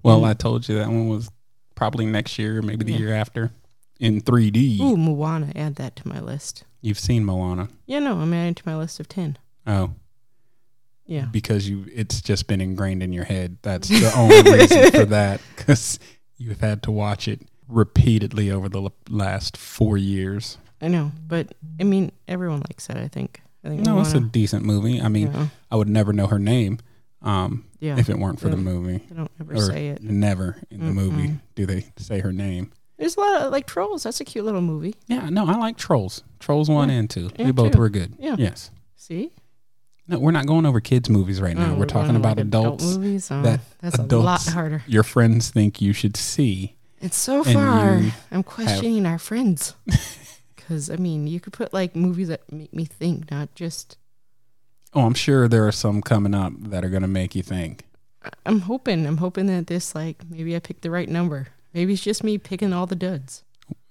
Speaker 1: Well,
Speaker 3: Mm.
Speaker 1: I told you that one was probably next year, maybe the
Speaker 3: Yeah.
Speaker 1: year after, in 3D.
Speaker 3: Ooh, Moana, add that to my list.
Speaker 1: You've seen Moana.
Speaker 3: Yeah, no, I'm adding to my list of ten.
Speaker 1: Oh,
Speaker 3: Yeah,
Speaker 1: because you it's just been ingrained in your head. That's the only reason for that cuz you've had to watch it repeatedly over the l- last 4 years.
Speaker 3: I know, but I mean, everyone likes it. I think. I think
Speaker 1: No, it's a
Speaker 3: Moana,
Speaker 1: decent movie. I mean,
Speaker 3: yeah,
Speaker 1: I would never know her name um
Speaker 3: yeah.
Speaker 1: if it weren't for the
Speaker 3: Yeah.
Speaker 1: movie.
Speaker 3: they don't ever
Speaker 1: or-
Speaker 3: say it.
Speaker 1: Never in the movie
Speaker 3: Mm-mm.
Speaker 1: do they say her name.
Speaker 3: There's a lot of like trolls. That's a cute little movie.
Speaker 1: Yeah, no, I like Trolls. Trolls 1
Speaker 3: Yeah.
Speaker 1: and 2.
Speaker 3: Yeah,
Speaker 1: they both
Speaker 3: too.
Speaker 1: were good.
Speaker 3: Yeah.
Speaker 1: Yes.
Speaker 3: See,
Speaker 1: No, we're not going over kids' movies right now.
Speaker 3: Oh,
Speaker 1: we're talking
Speaker 3: going, like,
Speaker 1: about adults
Speaker 3: adult movies. Oh,
Speaker 1: that
Speaker 3: that's a lot
Speaker 1: adults-
Speaker 3: harder.
Speaker 1: your friends think you should see.
Speaker 3: And so
Speaker 1: And
Speaker 3: far,
Speaker 1: you
Speaker 3: I'm questioning our friends. Because, I mean, you could put like movies that make me think, not just.
Speaker 1: Oh, I'm sure there are some coming up that are going to make you think.
Speaker 3: I- I'm hoping, I'm hoping that this, like, maybe I picked the right number. Maybe it's just me picking all the duds.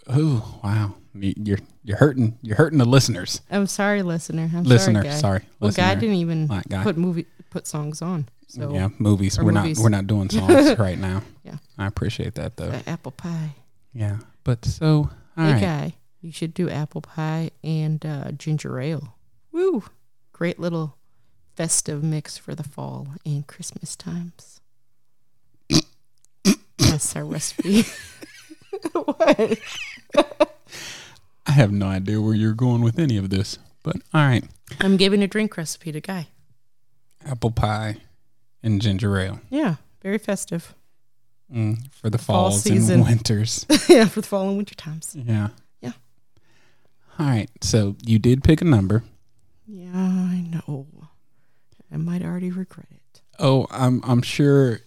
Speaker 1: Oh, wow. Y- You're you're hurting. You're hurting the listeners.
Speaker 3: I'm sorry, listener. I'm
Speaker 1: listener,
Speaker 3: sorry, guy.
Speaker 1: sorry.
Speaker 3: Well,
Speaker 1: listener.
Speaker 3: guy didn't even
Speaker 1: Black guy.
Speaker 3: put movie put songs on. So
Speaker 1: yeah, movies.
Speaker 3: or
Speaker 1: We're
Speaker 3: movies.
Speaker 1: not we're not doing songs right now.
Speaker 3: Yeah.
Speaker 1: I appreciate that though.
Speaker 3: uh, apple pie.
Speaker 1: Yeah. But so all
Speaker 3: hey,
Speaker 1: right.
Speaker 3: guy, you should do apple pie and uh, ginger ale. Woo! Great little festive mix for the fall and Christmas times. That's our recipe. what?
Speaker 1: I have no idea where you're going with any of this. But all right.
Speaker 3: I'm giving a drink recipe to Guy.
Speaker 1: Apple pie and ginger ale.
Speaker 3: Yeah, very festive.
Speaker 1: Mm, for the
Speaker 3: Fall
Speaker 1: falls
Speaker 3: season.
Speaker 1: and winters.
Speaker 3: yeah, for the fall and winter times.
Speaker 1: Yeah.
Speaker 3: Yeah.
Speaker 1: All right. So you did pick a number.
Speaker 3: Yeah, I know. I might already regret it.
Speaker 1: Oh, I'm I'm sure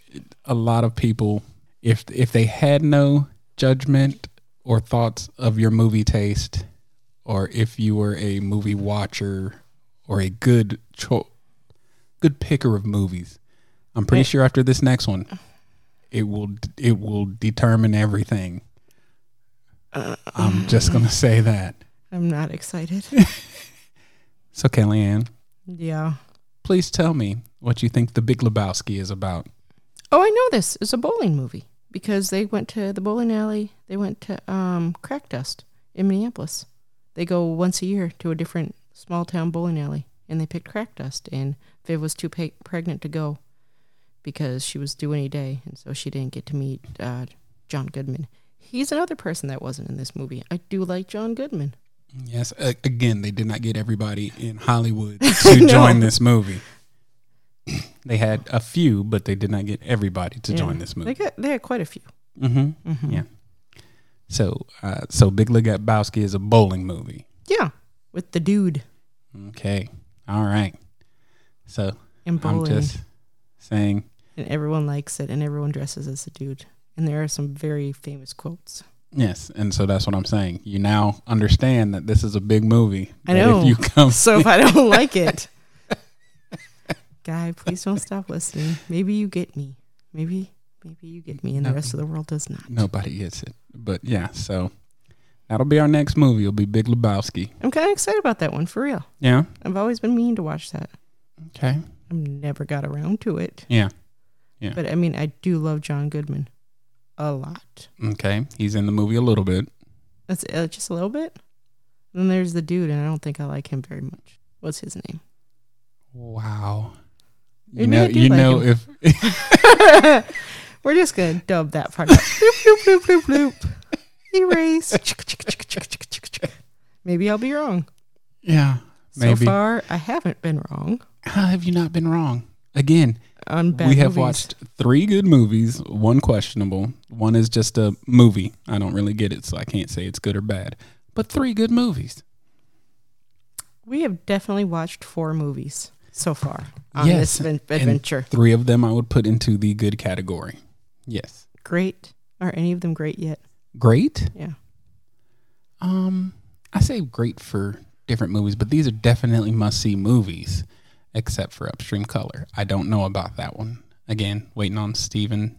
Speaker 1: a lot of people, if if they had no judgment or thoughts of your movie taste, or if you were a movie watcher or a good cho- good picker of movies, I'm pretty
Speaker 3: Right.
Speaker 1: sure after this next one, it will it will determine everything. I'm just gonna say that.
Speaker 3: I'm not excited.
Speaker 1: So Kelly Ann,
Speaker 3: yeah.
Speaker 1: please tell me what you think the Big Lebowski is about.
Speaker 3: Oh, I know this. It's a bowling movie because they went to the bowling alley. They went to um, Crack Dust in Minneapolis. They go once a year to a different small town bowling alley, and they picked Crack Dust. And Viv was too pe- pregnant to go because she was due any day, and so she didn't get to meet uh, John Goodman. He's another person that wasn't in this movie. I do like John Goodman.
Speaker 1: Yes, a- again, they did not get everybody in Hollywood to join this movie. They had a few, but they did not get everybody to join this
Speaker 3: They
Speaker 1: movie.
Speaker 3: got they had quite a few.
Speaker 1: hmm
Speaker 3: Mhm.
Speaker 1: Yeah. So, uh, so Big Lebowski is a bowling movie.
Speaker 3: Yeah, with the dude
Speaker 1: Okay, all right. So
Speaker 3: and bowling.
Speaker 1: I'm just saying,
Speaker 3: and everyone likes it and everyone dresses as a dude and there are some very famous quotes
Speaker 1: yes, and so that's what I'm saying. You now understand that this is a big movie.
Speaker 3: I
Speaker 1: that
Speaker 3: know.
Speaker 1: If you come,
Speaker 3: so if i don't like it guy please don't stop listening maybe you get me maybe maybe you get me and the
Speaker 1: No.
Speaker 3: rest of the world does not
Speaker 1: nobody gets it. But yeah, so that'll be our next movie. It'll be Big Lebowski.
Speaker 3: i'm kind of excited about that one for real
Speaker 1: Yeah.
Speaker 3: i've always been meaning to watch that
Speaker 1: Okay.
Speaker 3: i've never got around to it
Speaker 1: Yeah.
Speaker 3: but i mean i do love john goodman a lot.
Speaker 1: Okay, he's in the movie a little bit.
Speaker 3: That's uh, just a little bit. And then there's the dude, and I don't think I like him very much. What's his name?
Speaker 1: Wow. You
Speaker 3: Maybe
Speaker 1: know,
Speaker 3: I do
Speaker 1: you
Speaker 3: like
Speaker 1: know if
Speaker 3: We're just gonna dub that part. Out. bloop bloop bloop bloop bloop. Erase. Chick, chick, chick, chick, chick, chick, chick. Maybe I'll be wrong.
Speaker 1: yeah,
Speaker 3: So
Speaker 1: maybe.
Speaker 3: far, I haven't been wrong
Speaker 1: How have you not been wrong? Again,
Speaker 3: on bad
Speaker 1: we have
Speaker 3: movies.
Speaker 1: watched three good movies, one questionable, one is just a movie. I don't really get it, so I can't say it's good or bad. But three good movies.
Speaker 3: We have definitely watched four movies so far on
Speaker 1: Yes,
Speaker 3: this ven-
Speaker 1: and
Speaker 3: adventure.
Speaker 1: Three of them I would put into the good category. Yes.
Speaker 3: Great. Are any of them great yet?
Speaker 1: Great.
Speaker 3: Yeah.
Speaker 1: Um, I say great for different movies, but these are definitely must see movies, except for Upstream Color. I don't know about that one. Again, waiting on Steven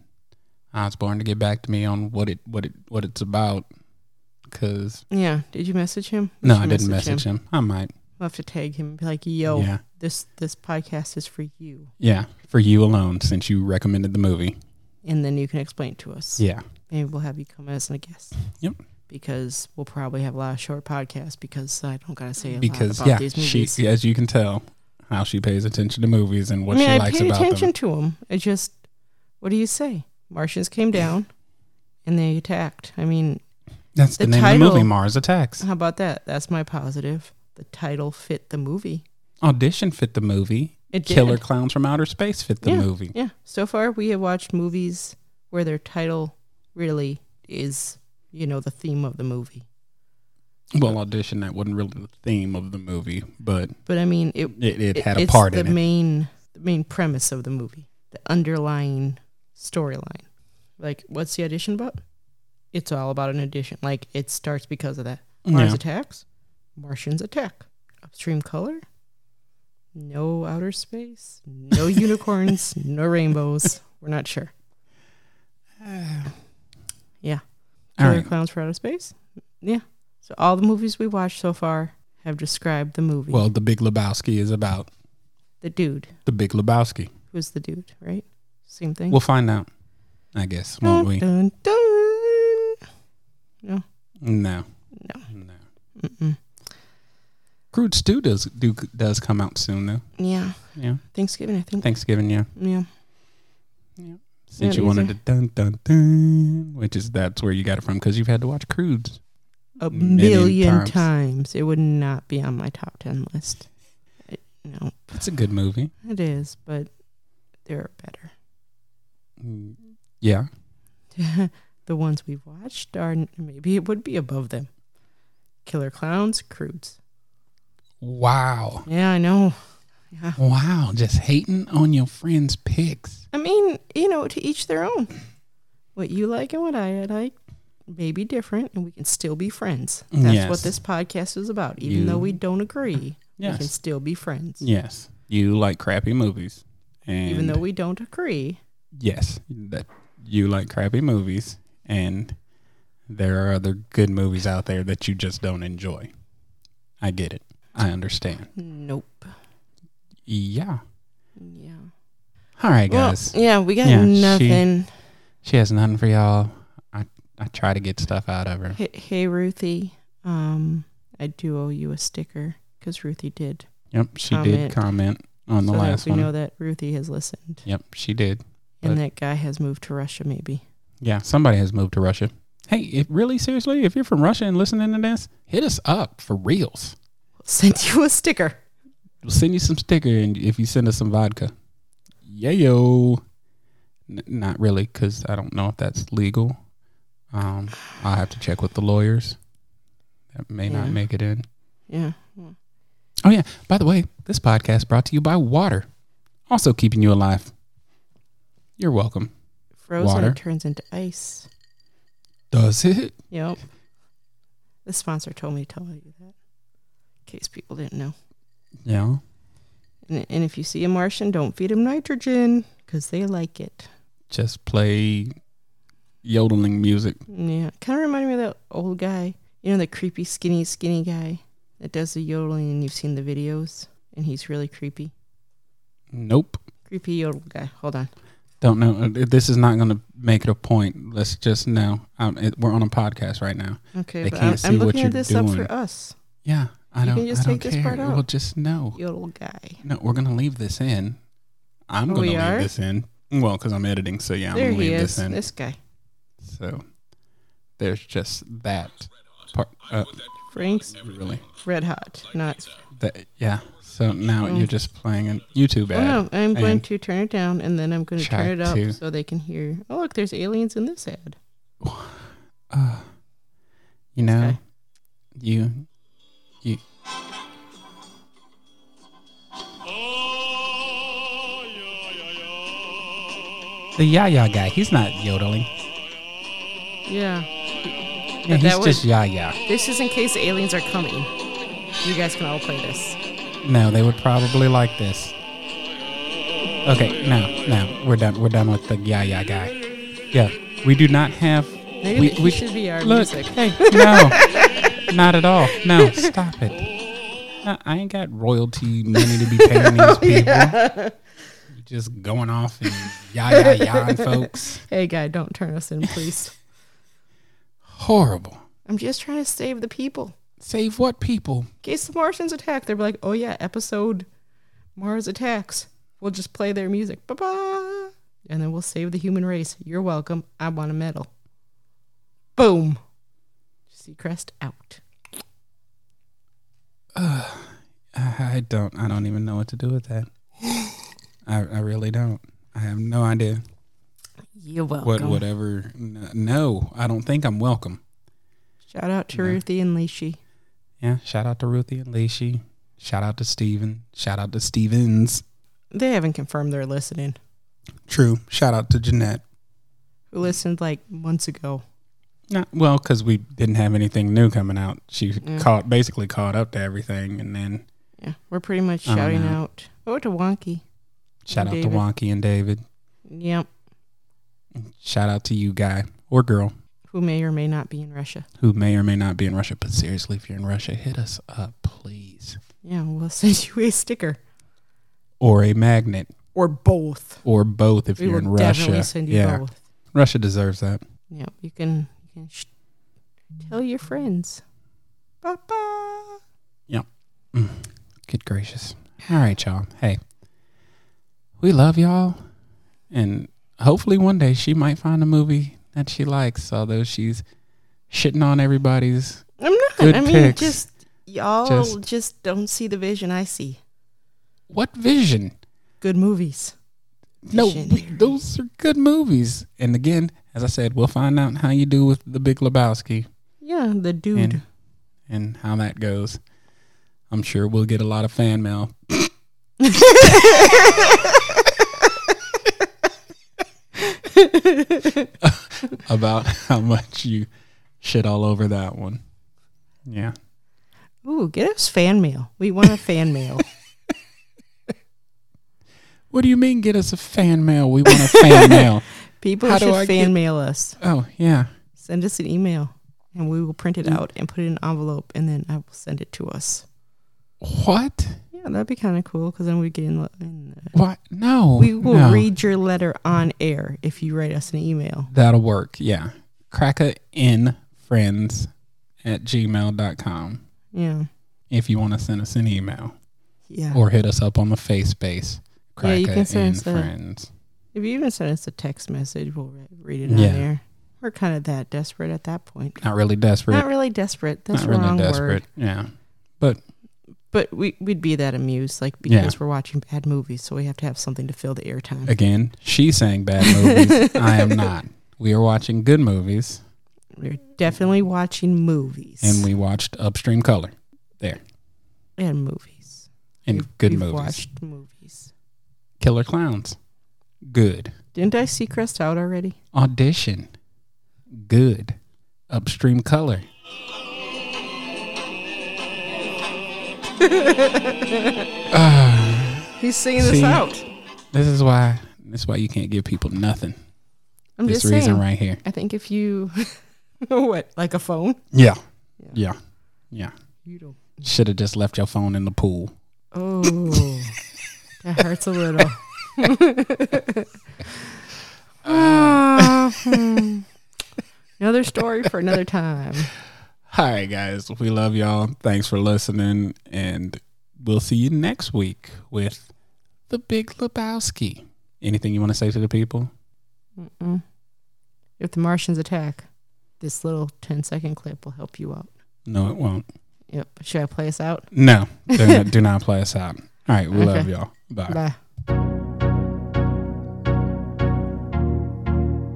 Speaker 1: Osborne to get back to me on what it what it what it's about. Cause
Speaker 3: Yeah. Did you message him? We
Speaker 1: no,
Speaker 3: should
Speaker 1: I didn't message him. I might.
Speaker 3: We'll have to tag him and be like, "Yo,
Speaker 1: Yeah,
Speaker 3: this this podcast is for you,"
Speaker 1: yeah, for you alone, since you recommended the movie.
Speaker 3: and then you can explain to us.
Speaker 1: Yeah,
Speaker 3: Maybe we'll have you come as a guest.
Speaker 1: Yep.
Speaker 3: Because we'll probably have a lot of short podcasts because I don't gotta say a
Speaker 1: because
Speaker 3: lot about
Speaker 1: yeah,
Speaker 3: these
Speaker 1: she
Speaker 3: movies.
Speaker 1: as you can tell how she pays attention to movies and what
Speaker 3: I mean,
Speaker 1: she
Speaker 3: I
Speaker 1: likes
Speaker 3: paid
Speaker 1: about
Speaker 3: attention
Speaker 1: them.
Speaker 3: to them. It just, what do you say? Martians came down, and they attacked. I mean,
Speaker 1: That's the,
Speaker 3: the
Speaker 1: name of the movie,
Speaker 3: title-
Speaker 1: Mars Attacks.
Speaker 3: How about that? That's my positive. The title fit the movie.
Speaker 1: Audition fit the movie.
Speaker 3: It did.
Speaker 1: Killer Clowns from Outer Space fit the
Speaker 3: yeah,
Speaker 1: movie.
Speaker 3: Yeah. So far, we have watched movies where their title really is, you know, the theme of the movie.
Speaker 1: Well, audition that wasn't really the theme of the movie, but
Speaker 3: But I mean, it,
Speaker 1: it, it had a
Speaker 3: it's
Speaker 1: part
Speaker 3: the
Speaker 1: in it.
Speaker 3: main the main premise of the movie, the underlying storyline. Like, what's the audition about? It's all about an audition. Like, it starts because of that. Mars
Speaker 1: Yeah.
Speaker 3: attacks. Martians attack. Upstream color. No outer space. No unicorns. No rainbows. We're not sure. Yeah.
Speaker 1: All
Speaker 3: Killer
Speaker 1: right.
Speaker 3: clowns for outer space. Yeah. So all the movies we watched so far have described the movie.
Speaker 1: Well, The Big Lebowski is about
Speaker 3: the dude.
Speaker 1: The Big Lebowski.
Speaker 3: Who's the dude? Right. Same thing.
Speaker 1: We'll find out, I guess, won't we?
Speaker 3: Dun, dun, dun.
Speaker 1: No.
Speaker 3: No.
Speaker 1: No.
Speaker 3: Mm-mm.
Speaker 1: Crude Stew does do, does come out soon though.
Speaker 3: Yeah.
Speaker 1: Yeah.
Speaker 3: Thanksgiving, I think.
Speaker 1: Thanksgiving, yeah.
Speaker 3: yeah.
Speaker 1: Since
Speaker 3: Yeah,
Speaker 1: you
Speaker 3: these
Speaker 1: wanted
Speaker 3: are-
Speaker 1: to dun dun dun, which is that's where you got it from because you've had to watch Crudes.
Speaker 3: A
Speaker 1: Million
Speaker 3: million,
Speaker 1: times.
Speaker 3: times. It would not be on my top 10 list. It, no,
Speaker 1: It's a good movie.
Speaker 3: it is, but there are better.
Speaker 1: Mm, Yeah.
Speaker 3: the ones we've watched are maybe it would be above them. Killer Clowns, Crudes.
Speaker 1: Wow.
Speaker 3: Yeah, I know.
Speaker 1: Wow. Just hating on your friends' picks.
Speaker 3: I mean, you know, to each their own. What you like and what I like may be different, and we can still be friends. That's
Speaker 1: Yes.
Speaker 3: what this podcast is about. Even though
Speaker 1: You-
Speaker 3: we don't agree, we can
Speaker 1: Yes.
Speaker 3: still be friends.
Speaker 1: Yes. You like crappy movies. And
Speaker 3: Even though we don't agree,
Speaker 1: Yes. That you like crappy movies and there are other good movies out there that you just don't enjoy. I get it. I understand.
Speaker 3: nope.
Speaker 1: Yeah.
Speaker 3: Yeah.
Speaker 1: All right,
Speaker 3: Well,
Speaker 1: guys.
Speaker 3: yeah, we got
Speaker 1: Yeah, she-
Speaker 3: nothing.
Speaker 1: She has nothing for y'all. I I try to get stuff out of her.
Speaker 3: Hey, hey, Ruthie. Um, I do owe you a sticker because Ruthie did.
Speaker 1: Yep, she did
Speaker 3: Comment.
Speaker 1: comment on the
Speaker 3: so
Speaker 1: last
Speaker 3: that we
Speaker 1: one.
Speaker 3: know that Ruthie has listened,
Speaker 1: Yep, she did.
Speaker 3: and that guy has moved to Russia, maybe.
Speaker 1: Yeah, somebody has moved to Russia. Hey, if really seriously, if you're from Russia and listening to this, hit us up for reals.
Speaker 3: Sent you a sticker.
Speaker 1: We'll send you some sticker, and if you send us some vodka, yeah, yo. N- not really, because I don't know if that's legal. Um, I'll have to check with the lawyers. That may not
Speaker 3: Yeah.
Speaker 1: make it in.
Speaker 3: Yeah.
Speaker 1: Oh yeah. By the way, this podcast brought to you by water, also keeping you alive. You're welcome.
Speaker 3: Frozen it
Speaker 1: Water.
Speaker 3: turns into ice.
Speaker 1: Does it?
Speaker 3: Yep. The sponsor told me to tell you that, in case people didn't know.
Speaker 1: Yeah.
Speaker 3: And, and if you see a Martian, don't feed him nitrogen because they like it.
Speaker 1: Just play yodeling music.
Speaker 3: Yeah, kind of reminded me of that old guy. You know, the creepy, skinny, skinny guy that does the yodeling, and you've seen the videos, and he's really creepy.
Speaker 1: Nope.
Speaker 3: Creepy yodel guy. Hold on.
Speaker 1: Don't know. Uh, This is not going to make it a point. Let's just know. Um, it, we're on a podcast right now.
Speaker 3: Okay,
Speaker 1: They
Speaker 3: but
Speaker 1: can't
Speaker 3: I'm,
Speaker 1: see
Speaker 3: I'm
Speaker 1: what
Speaker 3: looking
Speaker 1: you're
Speaker 3: at this up
Speaker 1: doing.
Speaker 3: for us,
Speaker 1: Yeah, I
Speaker 3: You
Speaker 1: don't.
Speaker 3: can just
Speaker 1: I don't
Speaker 3: take this
Speaker 1: care.
Speaker 3: part out.
Speaker 1: We'll just know.
Speaker 3: you little guy.
Speaker 1: No, we're going to leave this in. I'm
Speaker 3: Oh,
Speaker 1: going to
Speaker 3: we
Speaker 1: leave
Speaker 3: are?
Speaker 1: this in. Well, because I'm editing, so yeah, I'm
Speaker 3: there
Speaker 1: going to
Speaker 3: he
Speaker 1: leave
Speaker 3: is.
Speaker 1: this in.
Speaker 3: This guy,
Speaker 1: So there's just that part. Uh,
Speaker 3: Frank's
Speaker 1: really,
Speaker 3: Red Hot. Not.
Speaker 1: that yeah. So now
Speaker 3: Mm.
Speaker 1: you're just playing a YouTube
Speaker 3: Oh
Speaker 1: ad.
Speaker 3: no, I'm going
Speaker 1: and-
Speaker 3: to turn it down, and then I'm going to
Speaker 1: Try
Speaker 3: turn it up
Speaker 1: to-
Speaker 3: so they can hear. Oh look, there's aliens in this ad.
Speaker 1: Uh, you know,
Speaker 3: Okay.
Speaker 1: you, you. The ya ya guy, he's not yodeling.
Speaker 3: Yeah.
Speaker 1: Yeah, he's
Speaker 3: that was-
Speaker 1: just ya ya.
Speaker 3: This is in case the aliens are coming. You guys can all play this.
Speaker 1: No, they would probably like this. Okay, no, no, we're done. We're done with the yeah yeah guy. Yeah, we do not have.
Speaker 3: Maybe
Speaker 1: we,
Speaker 3: that he should be our
Speaker 1: look.
Speaker 3: music.
Speaker 1: Hey, no, not at all. No, stop it. No, I ain't got royalty money to be paying
Speaker 3: Oh,
Speaker 1: these people. You Just going off and yah yah yah, folks.
Speaker 3: Hey guy, don't turn us in, please.
Speaker 1: Horrible.
Speaker 3: I'm just trying to save the people.
Speaker 1: Save what people?
Speaker 3: In case the Martians attack, they're like, oh yeah, episode Mars attacks. We'll just play their music. Bye bye. And then we'll save the human race. You're welcome. I want a medal. Boom. Seacrest out.
Speaker 1: I I don't. I don't even know what to do with that. I, I really don't. I have no idea.
Speaker 3: You're welcome.
Speaker 1: what whatever n- no i don't think i'm welcome
Speaker 3: Shout out to Ruthie and Leishi.
Speaker 1: yeah shout out to ruthie and Lacey. shout out to steven shout out to stevens
Speaker 3: They haven't confirmed they're listening.
Speaker 1: true shout out to jeanette
Speaker 3: Who listened like months ago.
Speaker 1: not well because we didn't have anything new coming out she
Speaker 3: Mm.
Speaker 1: caught basically caught up to everything and then
Speaker 3: Yeah. We're pretty much
Speaker 1: I don't
Speaker 3: shouting
Speaker 1: know.
Speaker 3: out. Oh to Wonky.
Speaker 1: shout out
Speaker 3: David.
Speaker 1: to wonky and david
Speaker 3: Yep.
Speaker 1: shout out to you guy or girl
Speaker 3: Who may or may not be in Russia.
Speaker 1: who may or may not be in russia but seriously if you're in russia hit us up please
Speaker 3: Yeah, we'll send you a sticker.
Speaker 1: or a magnet
Speaker 3: Or both.
Speaker 1: or both if
Speaker 3: We
Speaker 1: you're
Speaker 3: will
Speaker 1: in russia
Speaker 3: definitely send you
Speaker 1: yeah
Speaker 3: both.
Speaker 1: russia deserves that
Speaker 3: Yeah, you can you can sh- tell your friends. Papa.
Speaker 1: Good gracious. All right, y'all. Hey, we love y'all. And hopefully one day she might find a movie that she likes, although she's shitting on everybody's.
Speaker 3: I'm not.
Speaker 1: Good
Speaker 3: I mean,
Speaker 1: picks.
Speaker 3: just y'all
Speaker 1: Just-
Speaker 3: just, don't see the vision I see.
Speaker 1: What vision?
Speaker 3: Good movies.
Speaker 1: No, we-
Speaker 3: Visionary.
Speaker 1: those are good movies. And again, as I said, we'll find out how you do with The Big Lebowski
Speaker 3: Yeah, the dude.
Speaker 1: and, and how that goes. I'm sure we'll get a lot of fan mail. about how much you shit all over that one. Yeah.
Speaker 3: Ooh, get us fan mail. We want a fan mail.
Speaker 1: What do you mean get us a fan mail? We want a fan mail.
Speaker 3: People
Speaker 1: How do
Speaker 3: should
Speaker 1: I
Speaker 3: fan
Speaker 1: get-
Speaker 3: mail us.
Speaker 1: Oh, yeah.
Speaker 3: Send us an email, and we will print it
Speaker 1: Mm.
Speaker 3: out and put it in an envelope, and then I will send it to us.
Speaker 1: What?
Speaker 3: Yeah, that'd be kind of cool because then we get in. the- in the,
Speaker 1: What? No.
Speaker 3: we will
Speaker 1: no.
Speaker 3: read your letter on air if you write us an email.
Speaker 1: That'll work. Yeah. Friends at gmail.com
Speaker 3: Yeah.
Speaker 1: if you want to send us an email
Speaker 3: Yeah.
Speaker 1: or hit us up on the Facebook.
Speaker 3: Yeah, you can send
Speaker 1: in
Speaker 3: us a-
Speaker 1: friends.
Speaker 3: If you even send us a text message, we'll re- read it
Speaker 1: Yeah.
Speaker 3: on there. We're kind of that desperate at that point.
Speaker 1: Not really desperate.
Speaker 3: Not really desperate. That's
Speaker 1: Not
Speaker 3: the wrong
Speaker 1: desperate.
Speaker 3: word.
Speaker 1: Yeah.
Speaker 3: But we we'd be that amused, like
Speaker 1: Yeah.
Speaker 3: because we're watching bad movies, so we have to have something to fill the airtime.
Speaker 1: Again, she's saying bad movies. I am not. We are watching good movies.
Speaker 3: We're definitely watching movies
Speaker 1: and we watched Upstream Color
Speaker 3: and movies.
Speaker 1: and
Speaker 3: We've-
Speaker 1: good
Speaker 3: we've
Speaker 1: movies.
Speaker 3: Watched movies.
Speaker 1: Killer Clowns, good.
Speaker 3: Didn't I see Crest out already?
Speaker 1: Audition, good. Upstream Color.
Speaker 3: He's singing
Speaker 1: See?
Speaker 3: this out.
Speaker 1: This is why. This is why you can't give people nothing.
Speaker 3: I'm
Speaker 1: this
Speaker 3: just
Speaker 1: reason
Speaker 3: saying.
Speaker 1: right here.
Speaker 3: I think if you what like a phone,
Speaker 1: Yeah. Yeah. Yeah.
Speaker 3: you don't.
Speaker 1: Should have just left your phone in the pool.
Speaker 3: Oh, that hurts a little. another story for another time.
Speaker 1: All right, guys. We love y'all. Thanks for listening. And we'll see you next week with The Big Lebowski. Anything you want to say to the people?
Speaker 3: Mm-mm. If the Martians attack, this little 10 second clip will help you out.
Speaker 1: No, it won't.
Speaker 3: Yep. Should I play us out?
Speaker 1: No, do not, do not play us out. All right. We love
Speaker 3: Okay.
Speaker 1: y'all. Bye.
Speaker 3: Bye.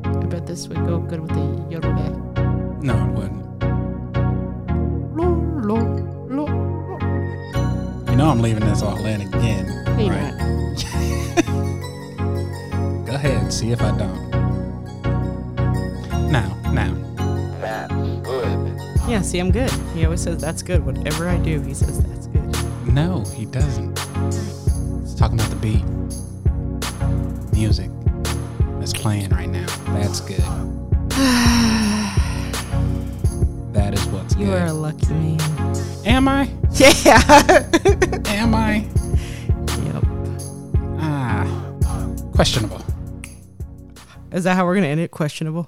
Speaker 3: I bet this would go good with the yodel guy.
Speaker 1: No, it wouldn't.
Speaker 3: Lo, lo, lo, lo.
Speaker 1: You know I'm leaving this all in again.
Speaker 3: Hey,
Speaker 1: right?
Speaker 3: not.
Speaker 1: Go ahead, see if I don't. Now, now.
Speaker 2: That would.
Speaker 3: Yeah, see, I'm good. He always says, that's good. Whatever I do, he says, that's good.
Speaker 1: No, he doesn't. Let's talk about the beat. Music. That's playing right now. That's good. that is what's
Speaker 3: You
Speaker 1: good.
Speaker 3: are a lucky man.
Speaker 1: Am I?
Speaker 3: Yeah.
Speaker 1: Am I?
Speaker 3: yep.
Speaker 1: Ah. Questionable.
Speaker 3: Is that how we're going to end it? Questionable.